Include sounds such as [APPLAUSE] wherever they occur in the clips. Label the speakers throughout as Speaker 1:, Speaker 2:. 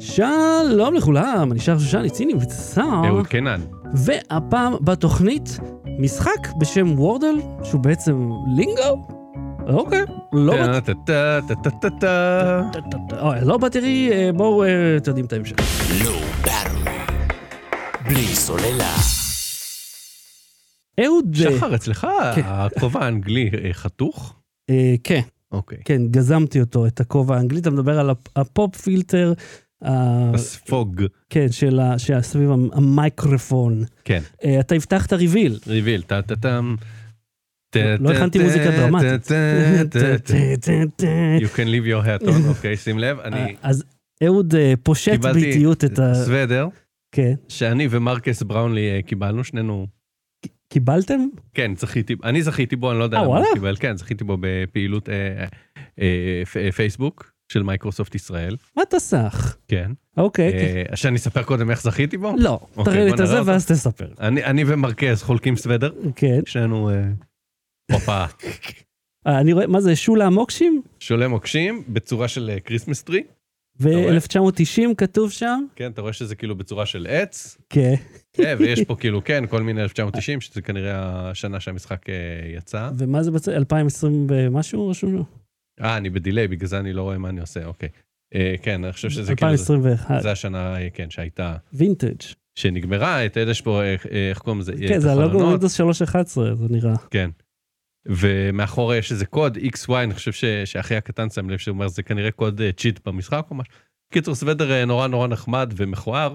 Speaker 1: שלום לכולם, אני שר שושני ציני וצר,
Speaker 2: אהוד קינן.
Speaker 1: והפעם בתוכנית משחק בשם וורדל, שהוא בעצם לינגו? אוקיי, לא
Speaker 2: אה.
Speaker 1: באתי...
Speaker 2: טה-טה-טה-טה-טה.
Speaker 1: אוי, לא בתראי, אה, בואו, אה, אתם יודעים את ההמשך.
Speaker 3: לואו ברמן. לא בלי סוללה.
Speaker 1: אהוד... אה,
Speaker 2: שחר, אצלך
Speaker 1: כן.
Speaker 2: הכובע האנגלי אה, חתוך?
Speaker 1: אה, כן,
Speaker 2: אוקיי.
Speaker 1: כן, גזמתי אותו, את הכובע האנגלי, אתה מדבר על הפ- הפופ פילטר, ה-
Speaker 2: הספוג.
Speaker 1: כן, של ה- שהיה סביב המ- המיקרופון.
Speaker 2: כן.
Speaker 1: אה, אתה הבטחת ריביל.
Speaker 2: ריביל. טה-טה-טם.
Speaker 1: לא הכנתי מוזיקה דרמטית. [LAUGHS]
Speaker 2: You can leave your hat on, אוקיי, שים לב, אני
Speaker 1: אז אהוד אה, פושט
Speaker 2: קיבלתי אה,
Speaker 1: באיטיות את ה...
Speaker 2: סוודר
Speaker 1: כן.
Speaker 2: שאני ומרקס בראונלי אה, קיבלנו, שנינו,
Speaker 1: קיבלתם?
Speaker 2: כן, זכיתי, אני זכיתי בו, אני לא יודע
Speaker 1: אה,
Speaker 2: למה
Speaker 1: וואלה?
Speaker 2: הוא קיבל, כן, זכיתי בו בפעילות אה, אה, פ- אה, פייסבוק של מייקרוסופט ישראל,
Speaker 1: מה אתה סך?
Speaker 2: כן.
Speaker 1: אוקיי, כן.
Speaker 2: אה, שאני אספר קודם איך זכיתי בו?
Speaker 1: לא,
Speaker 2: אוקיי,
Speaker 1: תראה לי
Speaker 2: בוא
Speaker 1: את
Speaker 2: נראה
Speaker 1: זה
Speaker 2: אותו.
Speaker 1: ואז תספר.
Speaker 2: אני, אני ומרקז חולקים סוודר,
Speaker 1: כן.
Speaker 2: שנינו... אה, הופה.
Speaker 1: אה, אני רואה, מה זה, שולה המוקשים?
Speaker 2: שולה מוקשים בצורה של אה, כריסמס טרי, רואה?
Speaker 1: ו-1990 כתוב שם?
Speaker 2: כן, אתה רואה שזה כאילו בצורה של עץ,
Speaker 1: כן.
Speaker 2: אה, ויש פה כאילו, כן, כל מיני 1990, שזה כנראה השנה שהמשחק אה, יצא.
Speaker 1: ומה זה בצד? 2020 ומשהו רשום לו?
Speaker 2: אה, אני בדיליי, בגלל זה אני לא רואה מה אני עושה, אוקיי. אה, כן, אני חושב שזה כאילו, זה-
Speaker 1: 2021.
Speaker 2: זה השנה, אה, כן, שהייתה,
Speaker 1: וינטג'.
Speaker 2: שנגמרה, אתה יודע שפה, אה, אה, איך קוראים לזה?
Speaker 1: כן,
Speaker 2: אה,
Speaker 1: זה הלוגו
Speaker 2: החלונות.
Speaker 1: ווינדוס 311, זה נראה.
Speaker 2: כן. ומאחור יש איזה קוד XY, אני חושב ש... שהאחי הקטן שם לב שהוא אומר, זה כנראה קוד אה, צ'יט במשחק או משהו. קיצור, סוודר אה, נורא נורא נחמד ומכוער.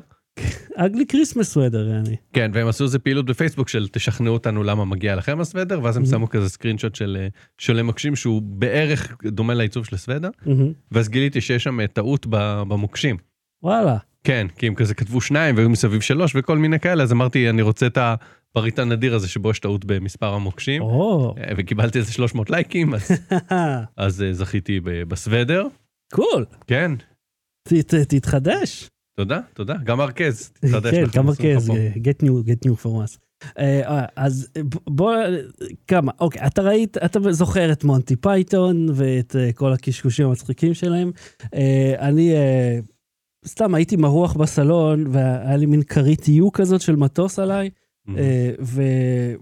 Speaker 1: אגלי כריסמס סוודר, יעני.
Speaker 2: כן, והם עשו איזה פעילות בפייסבוק של תשכנעו אותנו למה מגיע לכם הסוודר, ואז הם
Speaker 1: Mhm.
Speaker 2: שמו כזה סקרינשוט של אה, שולה מקשים שהוא בערך דומה לעיצוב של הסוודר,
Speaker 1: מהמם.
Speaker 2: ואז גיליתי שיש שם אה, טעות ב- במוקשים.
Speaker 1: וואלה.
Speaker 2: כן, כי הם כזה כתבו שניים והיו מסביב שלוש וכל מיני כאלה, אז אמרתי, אני רוצה את הפריט הנדיר הזה שבו יש טעות במספר המוקשים,
Speaker 1: או.
Speaker 2: אה, וקיבלתי איזה 300 לייקים, אז
Speaker 1: [LAUGHS]
Speaker 2: אז אה, זכיתי ב- בסוודר.
Speaker 1: קול.
Speaker 2: כן,
Speaker 1: ת- ת- תתחדש.
Speaker 2: תודה, תודה. גם ארכז, תתחדש.
Speaker 1: כן,
Speaker 2: אנחנו
Speaker 1: גם
Speaker 2: עושים לך
Speaker 1: ארכז,
Speaker 2: פה.
Speaker 1: get new, get new for us. אה, אה, אז אה, ב- בוא, אה, כמה, אוקיי, אתה ראית, אתה זוכר את מונטי פייתון ואת אה, כל הקשקושים המצחיקים שלהם. אה, אני אה, סתם הייתי מרוח בסלון, והיה לי מין כרית יו כזאת של מטוס עליי,
Speaker 2: Mm-hmm.
Speaker 1: אה,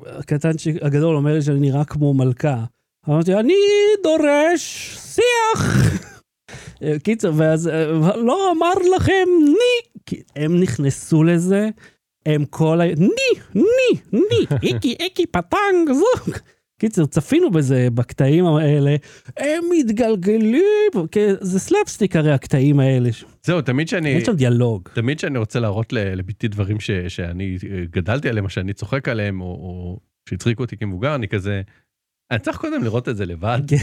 Speaker 1: והקטנצ'יק אה, הגדול אומר לי שאני נראה כמו מלכה. אמרתי, אני דורש שיח. [LAUGHS] אה, קיצר, ואז אה, לא אמר לכם ני. כי הם נכנסו לזה, הם כל ה... ני, ני, ני, איקי, איקי, פטנג, זוג. קיצר, צפינו בזה, בקטעים האלה, הם מתגלגלים, כי זה סלאפסטיק הרי הקטעים האלה, ש-
Speaker 2: זהו, תמיד שאני...
Speaker 1: אין שם דיאלוג.
Speaker 2: תמיד שאני רוצה להראות ל- לביתי דברים ש, שאני אה, גדלתי עליהם, או שאני צוחק עליהם, או, או שהצחיקו אותי כמבוגר, אני כזה... אני צריך קודם לראות את זה לבד,
Speaker 1: כן,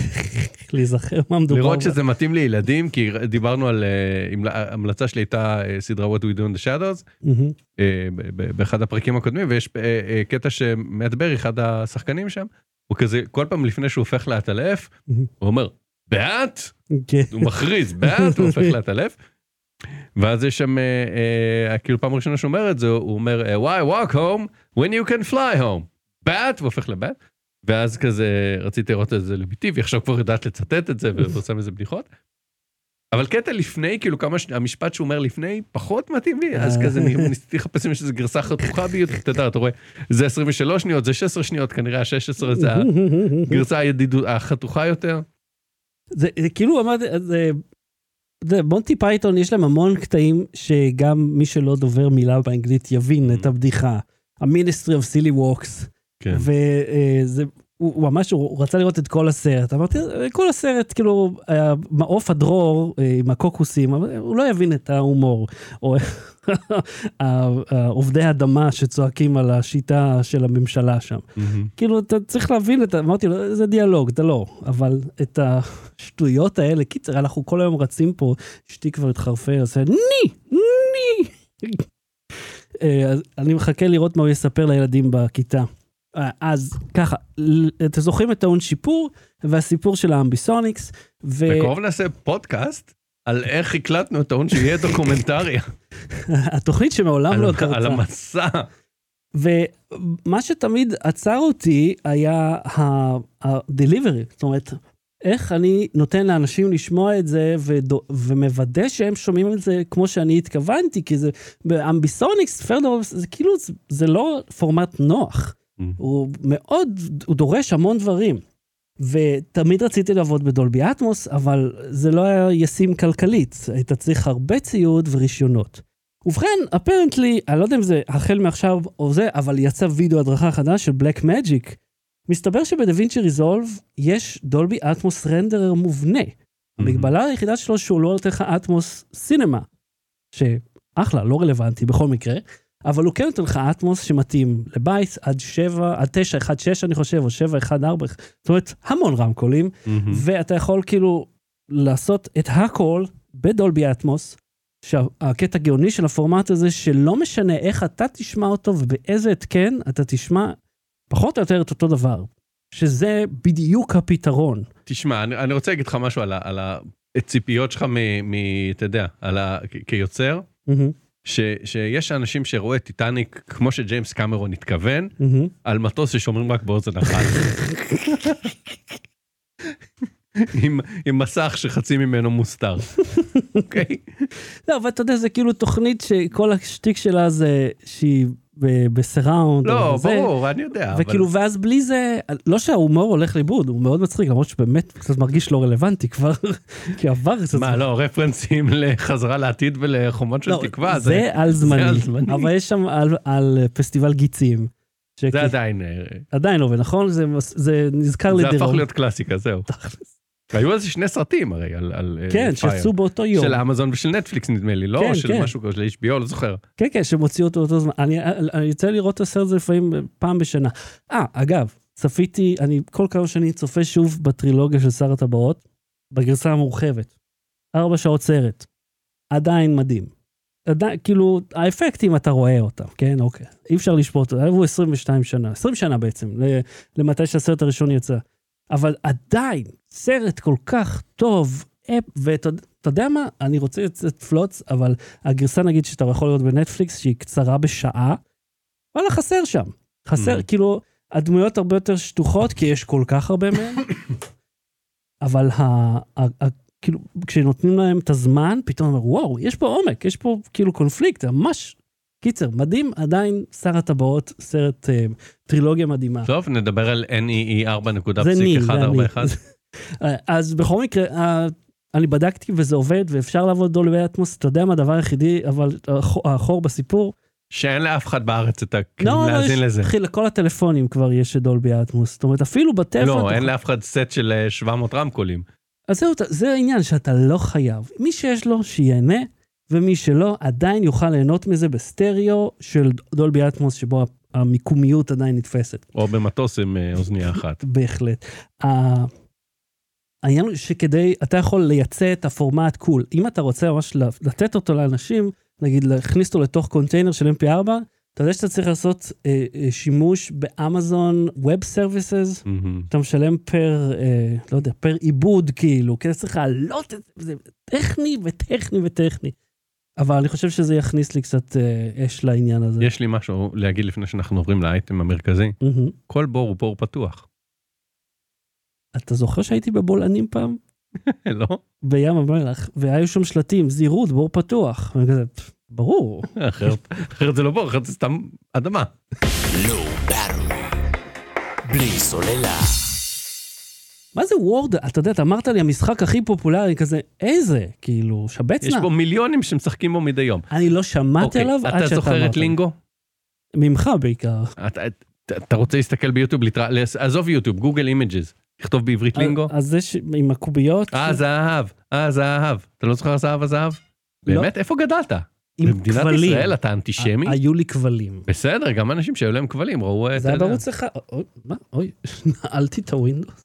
Speaker 1: להיזכר מה מדובר.
Speaker 2: אה. לראות
Speaker 1: בה.
Speaker 2: שזה מתאים לילדים, כי ר- דיברנו על... אה, המל- ההמלצה שלי הייתה אה, סדרה What We Do in the Shadows,
Speaker 1: מהמם.
Speaker 2: אה, ב- ב- באחד הפרקים הקודמים, ויש אה, אה, קטע שמאט ברי, אחד השחקנים שם, הוא כזה, כל פעם לפני שהוא הופך לעטלף,
Speaker 1: Mhm.
Speaker 2: הוא אומר, בעט?
Speaker 1: כן.
Speaker 2: הוא מכריז, בעט, הוא הופך לעטלף. ואז יש שם, אה, אה, כאילו פעם ראשונה שהוא אומר את זה, הוא אומר, אה, why walk home when you can fly home? בעט, והופך לבעט. ואז כזה, רציתי לראות את זה לביתי, והיא עכשיו כבר יודעת לצטט את זה, ועושה מזה בדיחות. אבל קטע לפני, כאילו כמה, ש... המשפט שהוא אומר לפני, פחות מתאים לי, אז כזה אני ניסיתי לחפש אם יש איזה גרסה חתוכה ביותר, אתה יודע, אתה רואה, זה 23 שניות, זה 16 שניות, כנראה ה-16 זה הגרסה הידידות, החתוכה יותר.
Speaker 1: זה, זה כאילו אמרתי, זה, זה, מונטי פייתון יש להם המון קטעים שגם מי שלא דובר מילה באנגלית יבין
Speaker 2: Mm.
Speaker 1: את הבדיחה. המיניסטרי אוף סילי ווקס.
Speaker 2: כן.
Speaker 1: וזה, הוא, הוא ממש, הוא, הוא רצה לראות את כל הסרט. אמרתי, "אה, כל הסרט, כאילו, אה, מעוף הדרור אה, עם הקוקוסים, אבל הוא לא יבין את ההומור. או [LAUGHS] ה- עובדי האדמה שצועקים על השיטה של הממשלה שם. כאילו, אתה צריך להבין את ה... אמרתי לו, זה דיאלוג, אתה לא. אבל את השטויות האלה, קיצר, אנחנו כל היום רצים פה, אשתי כבר התחרפן, עושה ני, ני. אה, אז אני מחכה לראות מה הוא יספר לילדים בכיתה. אה, אז ככה, ל- אתם זוכרים את טעון שיפור, והסיפור של האמביסוניקס, ו...
Speaker 2: בקרוב נעשה פודקאסט על איך הקלטנו את ההון שיהיה
Speaker 1: [LAUGHS]
Speaker 2: דוקומנטריה.
Speaker 1: [LAUGHS] התוכנית שמעולם
Speaker 2: על
Speaker 1: לא
Speaker 2: המ- על
Speaker 1: קרתה.
Speaker 2: המסע.
Speaker 1: ומה שתמיד עצר אותי היה ה-delivery, זאת אומרת, איך אני נותן לאנשים לשמוע את זה ודו, ומוודא שהם שומעים את זה כמו שאני התכוונתי, כי זה, באמביסוניקס, פרדורס, זה כאילו, זה, זה לא פורמט נוח.
Speaker 2: Mm.
Speaker 1: הוא מאוד, הוא דורש המון דברים. ותמיד רציתי לעבוד בדולבי אטמוס, אבל זה לא היה ישים כלכלית, היית צריך הרבה ציוד ורישיונות. ובכן, אפרנטלי, אני לא יודע אם זה החל מעכשיו או זה, אבל יצא וידאו הדרכה חדש של בלק מג'יק. מסתבר שבדווינצ'י ריזולב יש דולבי אטמוס רנדרר מובנה. המגבלה היחידה שלו שהוא לא נותן לך אטמוס סינמה, שאחלה, לא רלוונטי בכל מקרה, אבל הוא כן נותן לך אטמוס שמתאים לבית עד 7, עד 9, 1, 6 אני חושב, או 7, 1, 4, זאת אומרת, המון רמקולים,
Speaker 2: מהמם.
Speaker 1: ואתה יכול כאילו לעשות את הכל בדולבי אטמוס, שהקטע הגאוני של הפורמט הזה, שלא משנה איך אתה תשמע אותו ובאיזה התקן אתה תשמע פחות או יותר את אותו דבר, שזה בדיוק הפתרון.
Speaker 2: תשמע, אני, אני רוצה להגיד לך משהו על, ה, על הציפיות שלך מ... מ- אתה יודע, על ה, כ, כיוצר,
Speaker 1: מהמם,
Speaker 2: ש, שיש אנשים שרואה את טיטניק, כמו שג'יימס קמרון התכוון,
Speaker 1: מהמם.
Speaker 2: על מטוס ששומרים רק באוזן
Speaker 1: [LAUGHS]
Speaker 2: אחת. עם, עם מסך שחצי ממנו
Speaker 1: [LAUGHS]
Speaker 2: מוסתר, אוקיי?
Speaker 1: לא, אבל אתה יודע, זה כאילו תוכנית שכל השטיק שלה זה שהיא ב- בסיראונד.
Speaker 2: לא,
Speaker 1: או זה,
Speaker 2: ברור, אני יודע. אבל-
Speaker 1: וכאילו, ואז בלי זה, לא שההומור הולך לאיבוד, הוא מאוד מצחיק, למרות שבאמת קצת מרגיש לא רלוונטי כבר, [LAUGHS] כי עבר קצת
Speaker 2: מה, לא, רפרנסים [LAUGHS] לחזרה לעתיד ולחומות של
Speaker 1: לא,
Speaker 2: תקווה,
Speaker 1: זה,
Speaker 2: זה
Speaker 1: על זמני,
Speaker 2: על זמני.
Speaker 1: אבל יש שם על, על אה, פסטיבל גיצים. שכי-
Speaker 2: זה עדיין, אה,
Speaker 1: עדיין עובד, נכון? זה, מס- זה נזכר
Speaker 2: זה
Speaker 1: לדירון.
Speaker 2: הפך להיות קלאסיקה, זהו. היו על זה שני סרטים הרי, על- על אה,
Speaker 1: כן,
Speaker 2: Fire.
Speaker 1: שעשו באותו יום.
Speaker 2: של אמזון ושל נטפליקס נדמה לי, לא?
Speaker 1: כן,
Speaker 2: של
Speaker 1: כן.
Speaker 2: משהו כזה, של HBO, לא זוכר.
Speaker 1: כן, כן, שמוציאו אותו באותו זמן. אני, אני יוצא לראות את הסרט הזה לפעמים פעם בשנה. אה, אגב, צפיתי, אני כל כמה שנים צופה שוב בטרילוגיה של שר הטבעות, בגרסה המורחבת. ארבע שעות סרט. עדיין מדהים. עדיין, כאילו, האפקטים אתה רואה אותם, כן? אוקיי. אי אפשר לשפוט, עברו 22 שנה, 20 שנה בעצם, ל- למתי שהסרט הראשון יצא. אבל עדיין, סרט כל כך טוב, אפ, ואתה אתה יודע מה? אני רוצה לצאת פלוץ, אבל הגרסה נגיד שאתה יכול לראות בנטפליקס, שהיא קצרה בשעה, וואלה, חסר שם. חסר,
Speaker 2: Mm.
Speaker 1: כאילו, הדמויות הרבה יותר שטוחות, כי יש כל כך הרבה מהן, אבל ה, ה, ה, כאילו, כשנותנים להם את הזמן, פתאום אומר, וואו, יש פה עומק, יש פה כאילו קונפליקט, זה ממש... קיצר, מדהים, עדיין שר הטבעות, סרט, אה, טרילוגיה מדהימה.
Speaker 2: טוב, נדבר על E NEE 4.141.
Speaker 1: זה ניל, זה אני. אז בכל מקרה, אה, אני בדקתי וזה עובד, ואפשר לעבוד דולבי אטמוס, אתה יודע מה הדבר היחידי, אבל הח- החור בסיפור,
Speaker 2: שאין לאף אחד בארץ את ה... כאילו,
Speaker 1: לא, לא, יש,
Speaker 2: כן, להאזין לזה.
Speaker 1: אחי, לכל הטלפונים כבר יש דולבי אטמוס, זאת אומרת, אפילו בטלפון,
Speaker 2: לא,
Speaker 1: אתה
Speaker 2: אין
Speaker 1: יכול-
Speaker 2: לאף אחד סט של אה, 700 רמקולים.
Speaker 1: אז זהו, אתה- זה העניין שאתה לא חייב. מי שיש לו, שיהנה, ומי שלא, עדיין יוכל ליהנות מזה בסטריאו של דולבי אטמוס, שבו המיקומיות עדיין נתפסת.
Speaker 2: או במטוס עם אה, אוזנייה אחת.
Speaker 1: בהחלט. ה- העניין הוא שכדי, אתה יכול לייצא את הפורמט קול. אם אתה רוצה ממש ל- לתת אותו לאנשים, נגיד להכניס אותו לתוך קונטיינר של mp4, אתה יודע שאתה צריך לעשות אה, אה, שימוש באמזון Web Services,
Speaker 2: מהמם.
Speaker 1: אתה משלם פר, אה, לא יודע, פר עיבוד כאילו, כי אתה צריך לעלות את זה, זה טכני וטכני וטכני. אבל אני חושב שזה יכניס לי קצת אה, אש לעניין הזה.
Speaker 2: יש לי משהו להגיד לפני שאנחנו עוברים לאייטם המרכזי.
Speaker 1: מהמם.
Speaker 2: כל בור הוא בור פתוח. [LAUGHS]
Speaker 1: אתה זוכר שהייתי בבולענים פעם?
Speaker 2: לא?
Speaker 1: בים המלח, והיו שם שלטים, זהירות, בור פתוח. ואני כזה, "פפ, ברור.
Speaker 2: אחרת אחרת זה לא בור, אחרת זה סתם אדמה.
Speaker 3: Low Battery, בלי סוללה.
Speaker 1: מה זה וורד? אתה יודע, אתה אמרת לי, המשחק הכי פופולרי, כזה, איזה? כאילו, שבץ
Speaker 2: יש
Speaker 1: נא.
Speaker 2: בו מיליונים שמשחקים בו מדי יום.
Speaker 1: אני לא שמעתי
Speaker 2: אוקיי,
Speaker 1: עליו עד שאתה אמרת.
Speaker 2: אתה זוכר את
Speaker 1: לי.
Speaker 2: לינגו?
Speaker 1: ממך בעיקר.
Speaker 2: אתה, אתה, אתה רוצה להסתכל ביוטיוב, לתרא... לס- עזוב יוטיוב, גוגל אימג'ז, תכתוב בעברית לינגו.
Speaker 1: אז זה ש- עם הקוביות.
Speaker 2: אה, זהב, אה, זהב. אתה לא זוכר זהב הזהב?
Speaker 1: לא.
Speaker 2: באמת, איפה גדלת?
Speaker 1: עם
Speaker 2: במדינת
Speaker 1: כבלים.
Speaker 2: ישראל אתה אנטישמי?
Speaker 1: ה- היו לי כבלים.
Speaker 2: בסדר, גם אנשים שהיו להם כבלים ראו... אה,
Speaker 1: זה היה בערוץ אחד. אוי, מה? אוי, [LAUGHS] נעלתי את הווינדוס.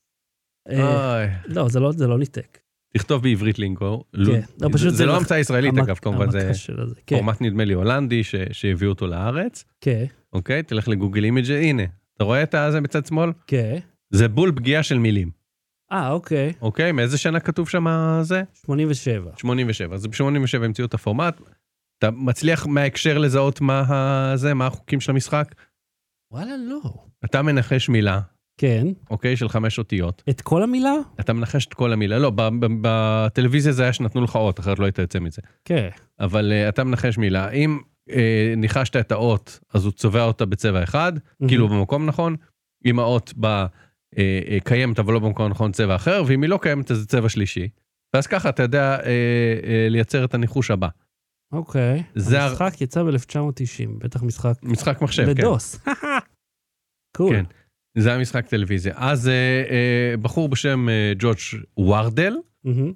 Speaker 1: אה, לא, זה לא- זה לא ניתק.
Speaker 2: תכתוב בעברית לינגו.
Speaker 1: לא,
Speaker 2: לא,
Speaker 1: פשוט
Speaker 2: זה
Speaker 1: זה
Speaker 2: לא
Speaker 1: מח-
Speaker 2: המצאה ישראלית אגב,
Speaker 1: המק-
Speaker 2: כמובן, זה
Speaker 1: המכה של הזה. כן,
Speaker 2: פורמט נדמה לי הולנדי ש- שהביאו אותו לארץ.
Speaker 1: כן,
Speaker 2: אוקיי, תלך לגוגל אימג'ז, הנה. אתה רואה את הזה בצד שמאל?
Speaker 1: כן.
Speaker 2: זה בול פגיעה של מילים.
Speaker 1: אה, אוקיי.
Speaker 2: אוקיי, מאיזה שנה כתוב שם זה?
Speaker 1: 87.
Speaker 2: 87. אז ב-87 המציאו את הפורמט. אתה מצליח מההקשר לזהות מה ה- זה, מה החוקים של המשחק?
Speaker 1: וואלה, לא.
Speaker 2: אתה מנחש מילה,
Speaker 1: כן.
Speaker 2: אוקיי? של חמש אותיות.
Speaker 1: את כל המילה?
Speaker 2: אתה מנחש את כל המילה. לא, ב- ב- בטלוויזיה זה היה שנתנו לך אות, אחרת לא היית יוצא מזה.
Speaker 1: כן.
Speaker 2: אבל אה, אתה מנחש מילה. אם אה, ניחשת את האות, אז הוא צובע אותה בצבע אחד,
Speaker 1: Mm-hmm.
Speaker 2: כאילו במקום נכון. אם האות בה אה, אה, קיימת אבל לא במקום נכון, צבע אחר, ואם היא לא קיימת אז זה צבע שלישי. ואז ככה אתה יודע אה, אה, לייצר את הניחוש הבא.
Speaker 1: אוקיי.
Speaker 2: זה הר-
Speaker 1: המשחק יצא ב-1990, בטח משחק
Speaker 2: משחק מחשב, כן.
Speaker 1: בדוס. [LAUGHS] קול.
Speaker 2: כן. זה היה משחק טלוויזיה. אז אה, אה, בחור בשם אה, ג'ורג' וורדל
Speaker 1: מהמם.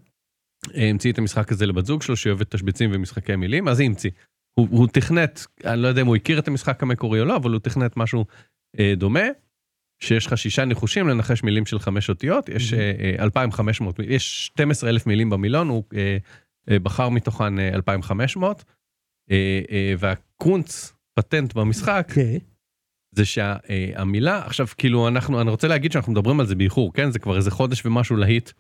Speaker 2: אה, המציא את המשחק הזה לבת זוג שלו, שאוהבת תשבצים ומשחקי מילים, אז היא המציא. הוא, הוא תכנת, אני לא יודע אם הוא הכיר את המשחק המקורי או לא, אבל הוא תכנת משהו אה, דומה, שיש לך שישה ניחושים לנחש מילים של חמש אותיות, יש אה, אה, 2,500, מיל- יש 12,000 מילים במילון, הוא אה, אה, בחר מתוכן אה, 2,500, אה, אה, והקונץ, פטנט במשחק,
Speaker 1: אוקיי.
Speaker 2: זה שהמילה, עכשיו כאילו אנחנו, אני רוצה להגיד שאנחנו מדברים על זה באיחור, כן? זה כבר איזה חודש ומשהו להיט,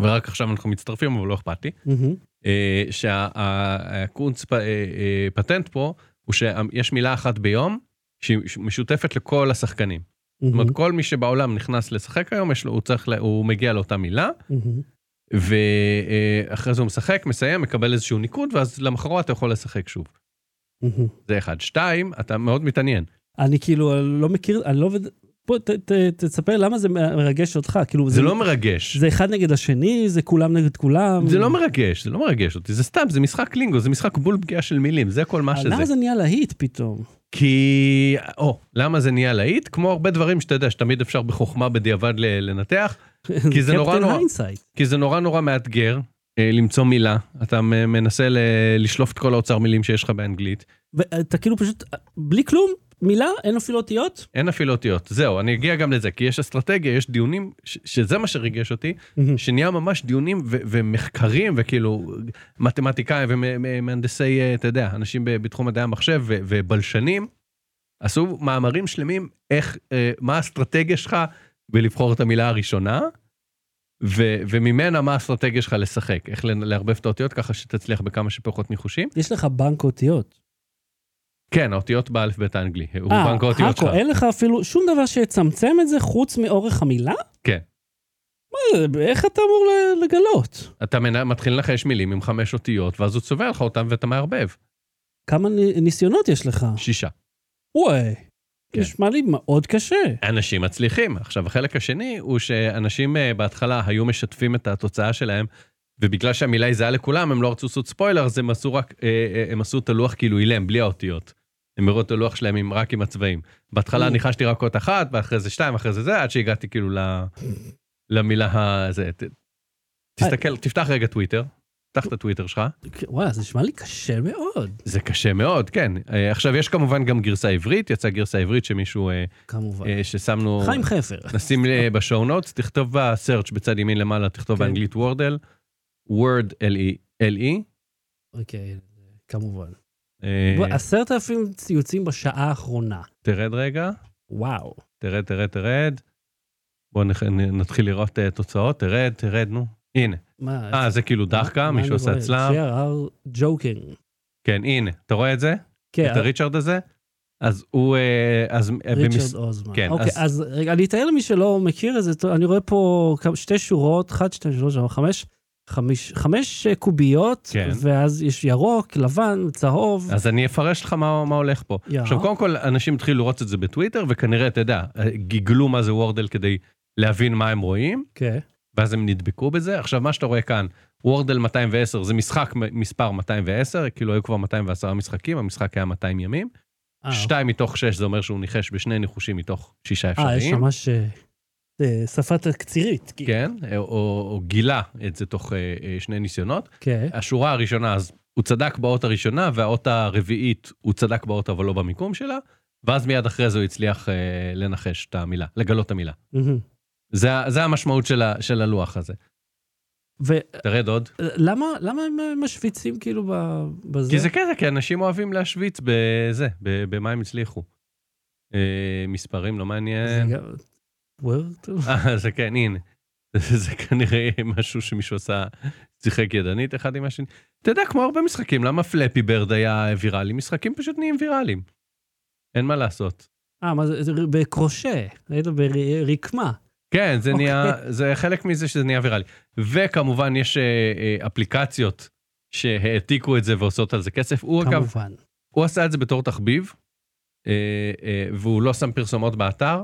Speaker 2: ורק עכשיו אנחנו מצטרפים, אבל לא אכפת לי.
Speaker 1: מהמם.
Speaker 2: אה, שהקונץ אה, פטנט פה, הוא שיש מילה אחת ביום, שהיא משותפת לכל השחקנים. זאת
Speaker 1: Mm-hmm.
Speaker 2: אומרת, כל מי שבעולם נכנס לשחק היום, יש לו, הוא צריך, ל- הוא מגיע לאותה מילה,
Speaker 1: מהמם.
Speaker 2: ואחרי זה הוא משחק, מסיים, מקבל איזשהו ניקוד, ואז למחרת אתה יכול לשחק שוב.
Speaker 1: מהמם.
Speaker 2: זה אחד. שתיים, אתה מאוד מתעניין.
Speaker 1: אני כאילו לא מכיר, אני לא... עובד- בוא, ת- ת- תספר למה זה מרגש אותך. כאילו,
Speaker 2: זה לא מרגש.
Speaker 1: זה אחד נגד השני, זה כולם נגד כולם.
Speaker 2: זה לא מרגש, זה לא מרגש אותי, זה סתם, זה משחק לינגו, זה משחק בול פגיעה של מילים, זה כל מה
Speaker 1: אה, למה
Speaker 2: שזה.
Speaker 1: זה נהיה להיט פתאום?
Speaker 2: כי, או, למה זה נהיה להיט? כמו הרבה דברים שאתה יודע, שתמיד אפשר בחוכמה בדיעבד ל- לנתח, [LAUGHS] כי זה נורא נורא-
Speaker 1: קפטן היינסייט.
Speaker 2: כי זה נורא נורא מאתגר אה, למצוא מילה, אתה מ- מנסה ל- לשלוף את כל האוצר מילים שיש לך באנגלית,
Speaker 1: ואתה כאילו פשוט, בלי כלום, מילה, אין אפילו אותיות.
Speaker 2: אין אפילו אותיות, זהו, אני אגיע גם לזה, כי יש אסטרטגיה, יש דיונים, ש- שזה מה שריגש אותי, שנהיה ממש דיונים ו- ומחקרים וכאילו מתמטיקאים ומהנדסי, אה, אתה יודע, אנשים ב- בתחום מדעי המחשב ו- ובלשנים, עשו מאמרים שלמים איך, אה, מה האסטרטגיה שלך בלבחור את המילה הראשונה, ו- וממנה מה האסטרטגיה שלך לשחק, איך ל- לערבב את האותיות ככה שתצליח בכמה שפחות ניחושים.
Speaker 1: יש לך בנק אותיות.
Speaker 2: כן, האותיות באלף בית האנגלי, הוא
Speaker 1: אה,
Speaker 2: בנק האותיות
Speaker 1: הכל,
Speaker 2: שלך.
Speaker 1: אין לך אפילו שום דבר שיצמצם את זה חוץ מאורך המילה?
Speaker 2: כן.
Speaker 1: מה זה, איך אתה אמור ל- לגלות?
Speaker 2: אתה מנ- מתחיל לנחש מילים עם חמש אותיות, ואז הוא צובע לך אותם ואתה מערבב.
Speaker 1: כמה נ- ניסיונות יש לך?
Speaker 2: שישה.
Speaker 1: וואי,
Speaker 2: כן.
Speaker 1: נשמע לי מאוד קשה.
Speaker 2: אנשים מצליחים. עכשיו, החלק השני הוא שאנשים אה, בהתחלה היו משתפים את התוצאה שלהם, ובגלל שהמילה היא זהה לכולם, הם לא רצו לעשות ספוילר, אז הם עשו, רק, אה, אה, הם עשו את הלוח כאילו אילם, בלי האותיות. הם הראו את הלוח שלהם עם, רק עם הצבעים. בהתחלה
Speaker 1: Mm.
Speaker 2: ניחשתי רק אות אחת, ואחרי זה שתיים, אחרי זה זה, עד שהגעתי כאילו ל, למילה הזה. ת-
Speaker 1: אה.
Speaker 2: תסתכל, תפתח רגע טוויטר, תפתח את הטוויטר שלך.
Speaker 1: וואי, זה נשמע לי קשה מאוד,
Speaker 2: זה קשה מאוד, כן. אה, עכשיו, יש כמובן גם גרסה עברית, יצאה גרסה עברית שמישהו, אה,
Speaker 1: כמובן.
Speaker 2: אה, ששמנו...
Speaker 1: חיים חפר.
Speaker 2: נשים אה, בשואו נוטס, תכתוב בסרצ' בצד ימין למעלה, תכתוב
Speaker 1: כן.
Speaker 2: באנגלית וורדל, וורד L-E,
Speaker 1: אוקיי, כמובן.
Speaker 2: E, אה,
Speaker 1: בוא, עשרת אלפים ציוצים בשעה האחרונה.
Speaker 2: תרד רגע,
Speaker 1: וואו.
Speaker 2: תרד, תרד, תרד. בואו נכ- נ- נתחיל לראות אה, תוצאות, תרד, תרד, נו. הנה.
Speaker 1: מה?
Speaker 2: אה, זה כאילו דחקה,
Speaker 1: מה
Speaker 2: מישהו
Speaker 1: אני
Speaker 2: עושה
Speaker 1: רואה?
Speaker 2: הצלב.
Speaker 1: GRR ג'וקינג.
Speaker 2: כן, הנה, אתה רואה את זה?
Speaker 1: כן,
Speaker 2: את הריצ'רד הזה? אז הוא... אה, אז... אה, במס-
Speaker 1: ריצ'רד אוזמן.
Speaker 2: כן,
Speaker 1: אוקיי, אז רגע, אני אתאר למי שלא מכיר את זה, טוב, אני רואה פה כמה- שתי שורות, 1, 2, 3, 4, 5. חמיש, חמש אה, קוביות,
Speaker 2: כן.
Speaker 1: ואז יש ירוק, לבן, צהוב.
Speaker 2: אז אני אפרש לך מה, מה הולך פה.
Speaker 1: יא.
Speaker 2: עכשיו, קודם כל, אנשים התחילו לראות את זה בטוויטר, וכנראה, אתה יודע, אה, גיגלו מה זה וורדל כדי להבין מה הם רואים.
Speaker 1: כן.
Speaker 2: ואז הם נדבקו בזה. עכשיו, מה שאתה רואה כאן, וורדל 210, זה משחק מ- מספר 210, כאילו היו כבר 210 משחקים, המשחק היה 200 ימים.
Speaker 1: אה,
Speaker 2: שתיים מתוך שש, זה אומר שהוא ניחש בשני ניחושים מתוך שישה
Speaker 1: אוקיי. אה, יש
Speaker 2: אפשריים.
Speaker 1: ממש אה, אה, שפה תקצירית. כאילו.
Speaker 2: כן, או, או, או גילה את זה תוך אה, אה, שני ניסיונות.
Speaker 1: כן.
Speaker 2: השורה הראשונה, אז הוא צדק באות הראשונה, והאות הרביעית, הוא צדק באות אבל לא במיקום שלה, ואז מיד אחרי זה הוא הצליח אה, לנחש את המילה, לגלות את המילה.
Speaker 1: מהמם.
Speaker 2: זה, ה- זה המשמעות של, ה, של הלוח הזה.
Speaker 1: ולמה
Speaker 2: תרד עוד.
Speaker 1: למה הם משוויצים כאילו ב- בזה?
Speaker 2: כי זה קטע, כי אנשים אוהבים להשוויץ בזה, ב- במה הם הצליחו. אה, מספרים לא מעניין.
Speaker 1: זה גם- וורד?
Speaker 2: אה, זה כן, הנה. [LAUGHS] זה כנראה משהו שמישהו עשה, שיחק ידנית אחד עם השני. אתה יודע, כמו הרבה משחקים, למה פלאפי ברד היה ויראלי? משחקים פשוט נהיים ויראליים. אין מה לעשות.
Speaker 1: אה, מה זה? זה ר- בקרושה, ראית? ברקמה.
Speaker 2: כן, זה
Speaker 1: אוקיי.
Speaker 2: נהיה, [LAUGHS] זה חלק מזה שזה נהיה ויראלי. וכמובן יש אה, אה, אפליקציות שהעתיקו את זה ועושות על זה כסף. הוא אגב,
Speaker 1: כמובן.
Speaker 2: הוא עשה את זה בתור תחביב, אה, אה, והוא לא שם פרסומות באתר,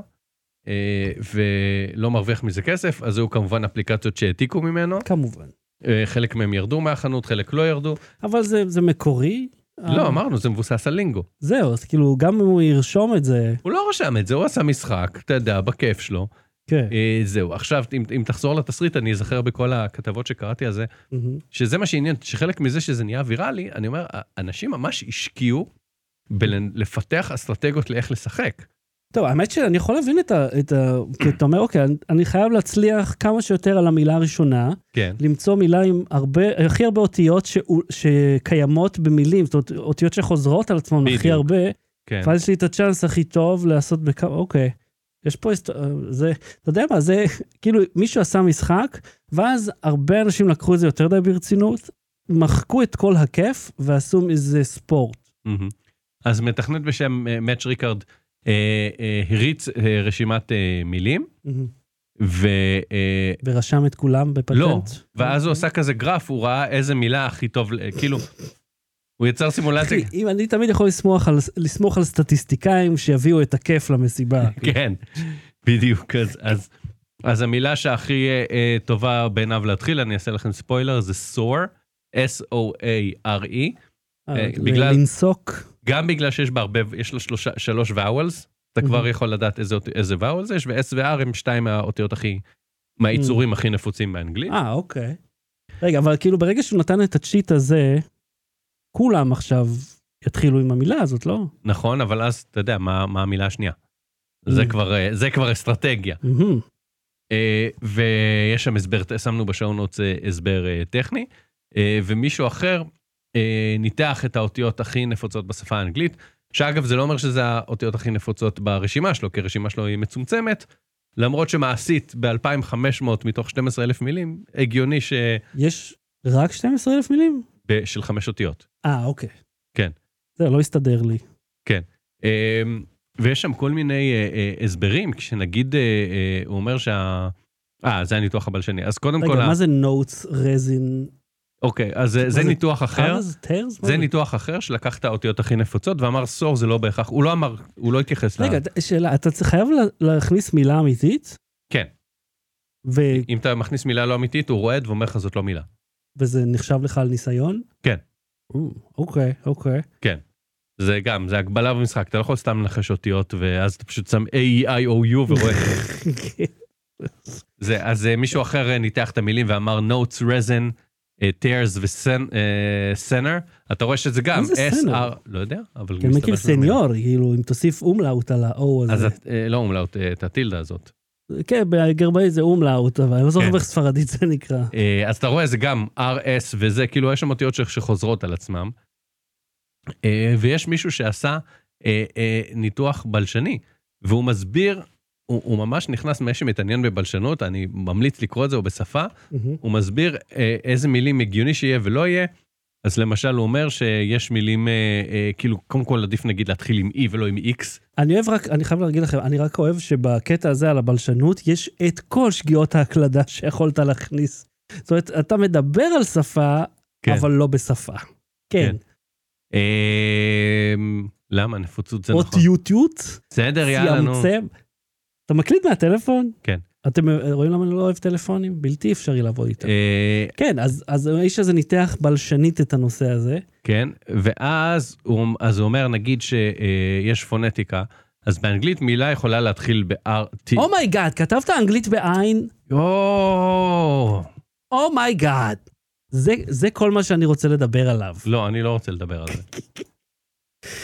Speaker 2: אה, ולא מרוויח מזה כסף, אז זהו כמובן אפליקציות שהעתיקו ממנו.
Speaker 1: כמובן.
Speaker 2: אה, חלק מהם ירדו מהחנות, חלק לא ירדו.
Speaker 1: אבל זה, זה מקורי.
Speaker 2: לא,
Speaker 1: אה,
Speaker 2: אמרנו, זה מבוסס על לינגו.
Speaker 1: זהו, אז כאילו, גם אם הוא ירשום את זה,
Speaker 2: הוא לא רשם את זה, הוא עשה משחק, אתה יודע, בכיף שלו.
Speaker 1: כן.
Speaker 2: אה, זהו, עכשיו, אם, אם תחזור לתסריט, אני אזכר בכל הכתבות שקראתי על זה,
Speaker 1: מהמם.
Speaker 2: שזה מה שעניין, שחלק מזה שזה נהיה ויראלי, אני אומר, אנשים ממש השקיעו בלפתח אסטרטגיות לאיך לשחק.
Speaker 1: טוב, האמת שאני יכול להבין את ה... את ה... כי אתה אומר, אוקיי, אני- אני חייב להצליח כמה שיותר על המילה הראשונה,
Speaker 2: כן.
Speaker 1: למצוא מילה עם הרבה, הכי הרבה אותיות ש... שקיימות במילים, זאת אומרת, אותיות שחוזרות על עצמן הכי
Speaker 2: בדיוק.
Speaker 1: הרבה,
Speaker 2: כן.
Speaker 1: ואז יש לי את הצ'אנס הכי טוב לעשות בכמה, אוקיי. יש פה, הסת- זה, אתה יודע מה, זה [LAUGHS] כאילו מישהו עשה משחק, ואז הרבה אנשים לקחו את זה יותר די ברצינות, מחקו את כל הכיף ועשו מזה ספורט.
Speaker 2: מהמם. אז מתכנת בשם אה, מאץ' ריקארד אה, אה, הריץ אה, רשימת אה, מילים, ו... אה,
Speaker 1: ורשם את כולם בפטנט.
Speaker 2: לא, ואז הוא עשה כזה גרף, הוא ראה איזה מילה הכי טוב, ל- כאילו, הוא יצר
Speaker 1: [LAUGHS]
Speaker 2: סימולציה,
Speaker 1: אחי, אם אני תמיד יכול לסמוך על, לסמוך על סטטיסטיקאים שיביאו את הכיף למסיבה.
Speaker 2: [LAUGHS] כן, בדיוק, אז- אז... אז המילה שהכי אה, אה, טובה בעיניו להתחיל, אני אעשה לכם ספוילר, זה SOAR, S-O-A-R-E,
Speaker 1: אה,
Speaker 2: בגלל-
Speaker 1: לנסוק.
Speaker 2: גם בגלל שיש בה הרבה, יש לה שלושה, שלוש vowels, אתה
Speaker 1: Mhm.
Speaker 2: כבר יכול לדעת איזה, אות- איזה vowels יש, ו-S ו-R הם שתיים מהאותיות הכי, מהיצורים הכי נפוצים באנגלית.
Speaker 1: אה, אוקיי. רגע, אבל כאילו ברגע שהוא נתן את הצ'יט הזה, כולם עכשיו יתחילו עם המילה הזאת, לא?
Speaker 2: נכון, אבל אז אתה יודע מה, מה המילה השנייה. זה
Speaker 1: Mhm.
Speaker 2: כבר, אה, זה כבר אסטרטגיה.
Speaker 1: מהמם.
Speaker 2: אה, ויש שם הסבר, שמנו בשעון נוץ אה, הסבר אה, טכני, אה, ומישהו אחר אה, ניתח את האותיות הכי נפוצות בשפה האנגלית, שאגב, זה לא אומר שזה האותיות הכי נפוצות ברשימה שלו, כי הרשימה שלו היא מצומצמת, למרות שמעשית ב-2500 מתוך 12,000 מילים, הגיוני ש...
Speaker 1: יש רק 12,000 מילים?
Speaker 2: ב- של חמש אותיות.
Speaker 1: אה, אוקיי.
Speaker 2: כן.
Speaker 1: זה לא הסתדר לי.
Speaker 2: אה, ויש שם כל מיני אה, אה, הסברים, כשנגיד, אה, אה, הוא אומר שה... אה, זה הניתוח הבלשני. אז קודם כל,
Speaker 1: רגע,
Speaker 2: ה-
Speaker 1: מה זה נוטס, רזין?
Speaker 2: אוקיי, אז זה-
Speaker 1: מה
Speaker 2: זה
Speaker 1: זה-
Speaker 2: ניתוח אחר.
Speaker 1: ארז? טרז? מה
Speaker 2: זה ניתוח אחר שלקח את האותיות הכי נפוצות ואמר סור זה לא בהכרח, הוא לא אמר, הוא לא התייחס ל...
Speaker 1: רגע, ד- שאלה, אתה צריך- חייב לה- להכניס מילה אמיתית?
Speaker 2: כן.
Speaker 1: ו-
Speaker 2: אם אתה מכניס מילה לא אמיתית, הוא רועד ואומר לך זאת לא מילה.
Speaker 1: וזה נחשב לך על ניסיון?
Speaker 2: כן.
Speaker 1: או, אוקיי, אוקיי.
Speaker 2: זה גם, זה הגבלה במשחק, אתה לא יכול סתם לנחש אותיות ואז אתה פשוט שם E A-E-I-O-U
Speaker 1: [LAUGHS]
Speaker 2: ורואה. זה, אז אה, מישהו אחר אה, ניתח את המילים ואמר notes, resin, אה, tears ו-center, אתה רואה שזה גם
Speaker 1: מה זה
Speaker 2: S-R,
Speaker 1: center?
Speaker 2: לא יודע, אבל...
Speaker 1: כן,
Speaker 2: מסתבר
Speaker 1: מכיר
Speaker 2: שזה לא מילה.
Speaker 1: סניור, כאילו, אם תוסיף אומלאוט על ה-O
Speaker 2: אז
Speaker 1: הזה.
Speaker 2: את- אה, לא אומלאות, אה, את הטילדה הזאת.
Speaker 1: כן, בגרמנית זה אומלאוט, אבל אני לא זוכר
Speaker 2: כן.
Speaker 1: איך ספרדית זה נקרא.
Speaker 2: אה, אז אתה רואה זה גם RS וזה, כאילו יש שם אותיות ש- שחוזרות על עצמם. אה, ויש מישהו שעשה אה, אה, ניתוח בלשני, והוא מסביר, הוא, הוא ממש נכנס, מי שמתעניין בבלשנות, אני ממליץ לקרוא את זה, או בשפה,
Speaker 1: מהמם.
Speaker 2: הוא מסביר אה, איזה מילים הגיוני שיהיה ולא יהיה. אז למשל הוא אומר שיש מילים, אה, אה, כאילו, קודם כל עדיף נגיד להתחיל עם E ולא עם X.
Speaker 1: אני אוהב רק, אני חייב להגיד לכם, אני רק אוהב שבקטע הזה על הבלשנות, יש את כל שגיאות ההקלדה שיכולת להכניס. זאת אומרת, אתה מדבר על שפה,
Speaker 2: כן.
Speaker 1: אבל לא בשפה. כן.
Speaker 2: אה, למה? נפוצות זה נכון.
Speaker 1: אותיוטיות,
Speaker 2: בסדר, יאללה, נו.
Speaker 1: צימצם. אתה מקליט מהטלפון?
Speaker 2: כן.
Speaker 1: אתם רואים למה אני לא אוהב טלפונים? בלתי אפשרי לעבוד איתם.
Speaker 2: אה,
Speaker 1: כן, אז אז האיש הזה ניתח בלשנית את הנושא הזה.
Speaker 2: כן, ואז הוא, אז הוא אומר, נגיד שיש פונטיקה, אז באנגלית מילה יכולה להתחיל ב-RT.
Speaker 1: אומייגאד, Oh כתבת אנגלית בעין?
Speaker 2: או,
Speaker 1: אומייגאד. Oh זה, זה כל מה שאני רוצה לדבר עליו.
Speaker 2: לא, אני לא רוצה לדבר על זה.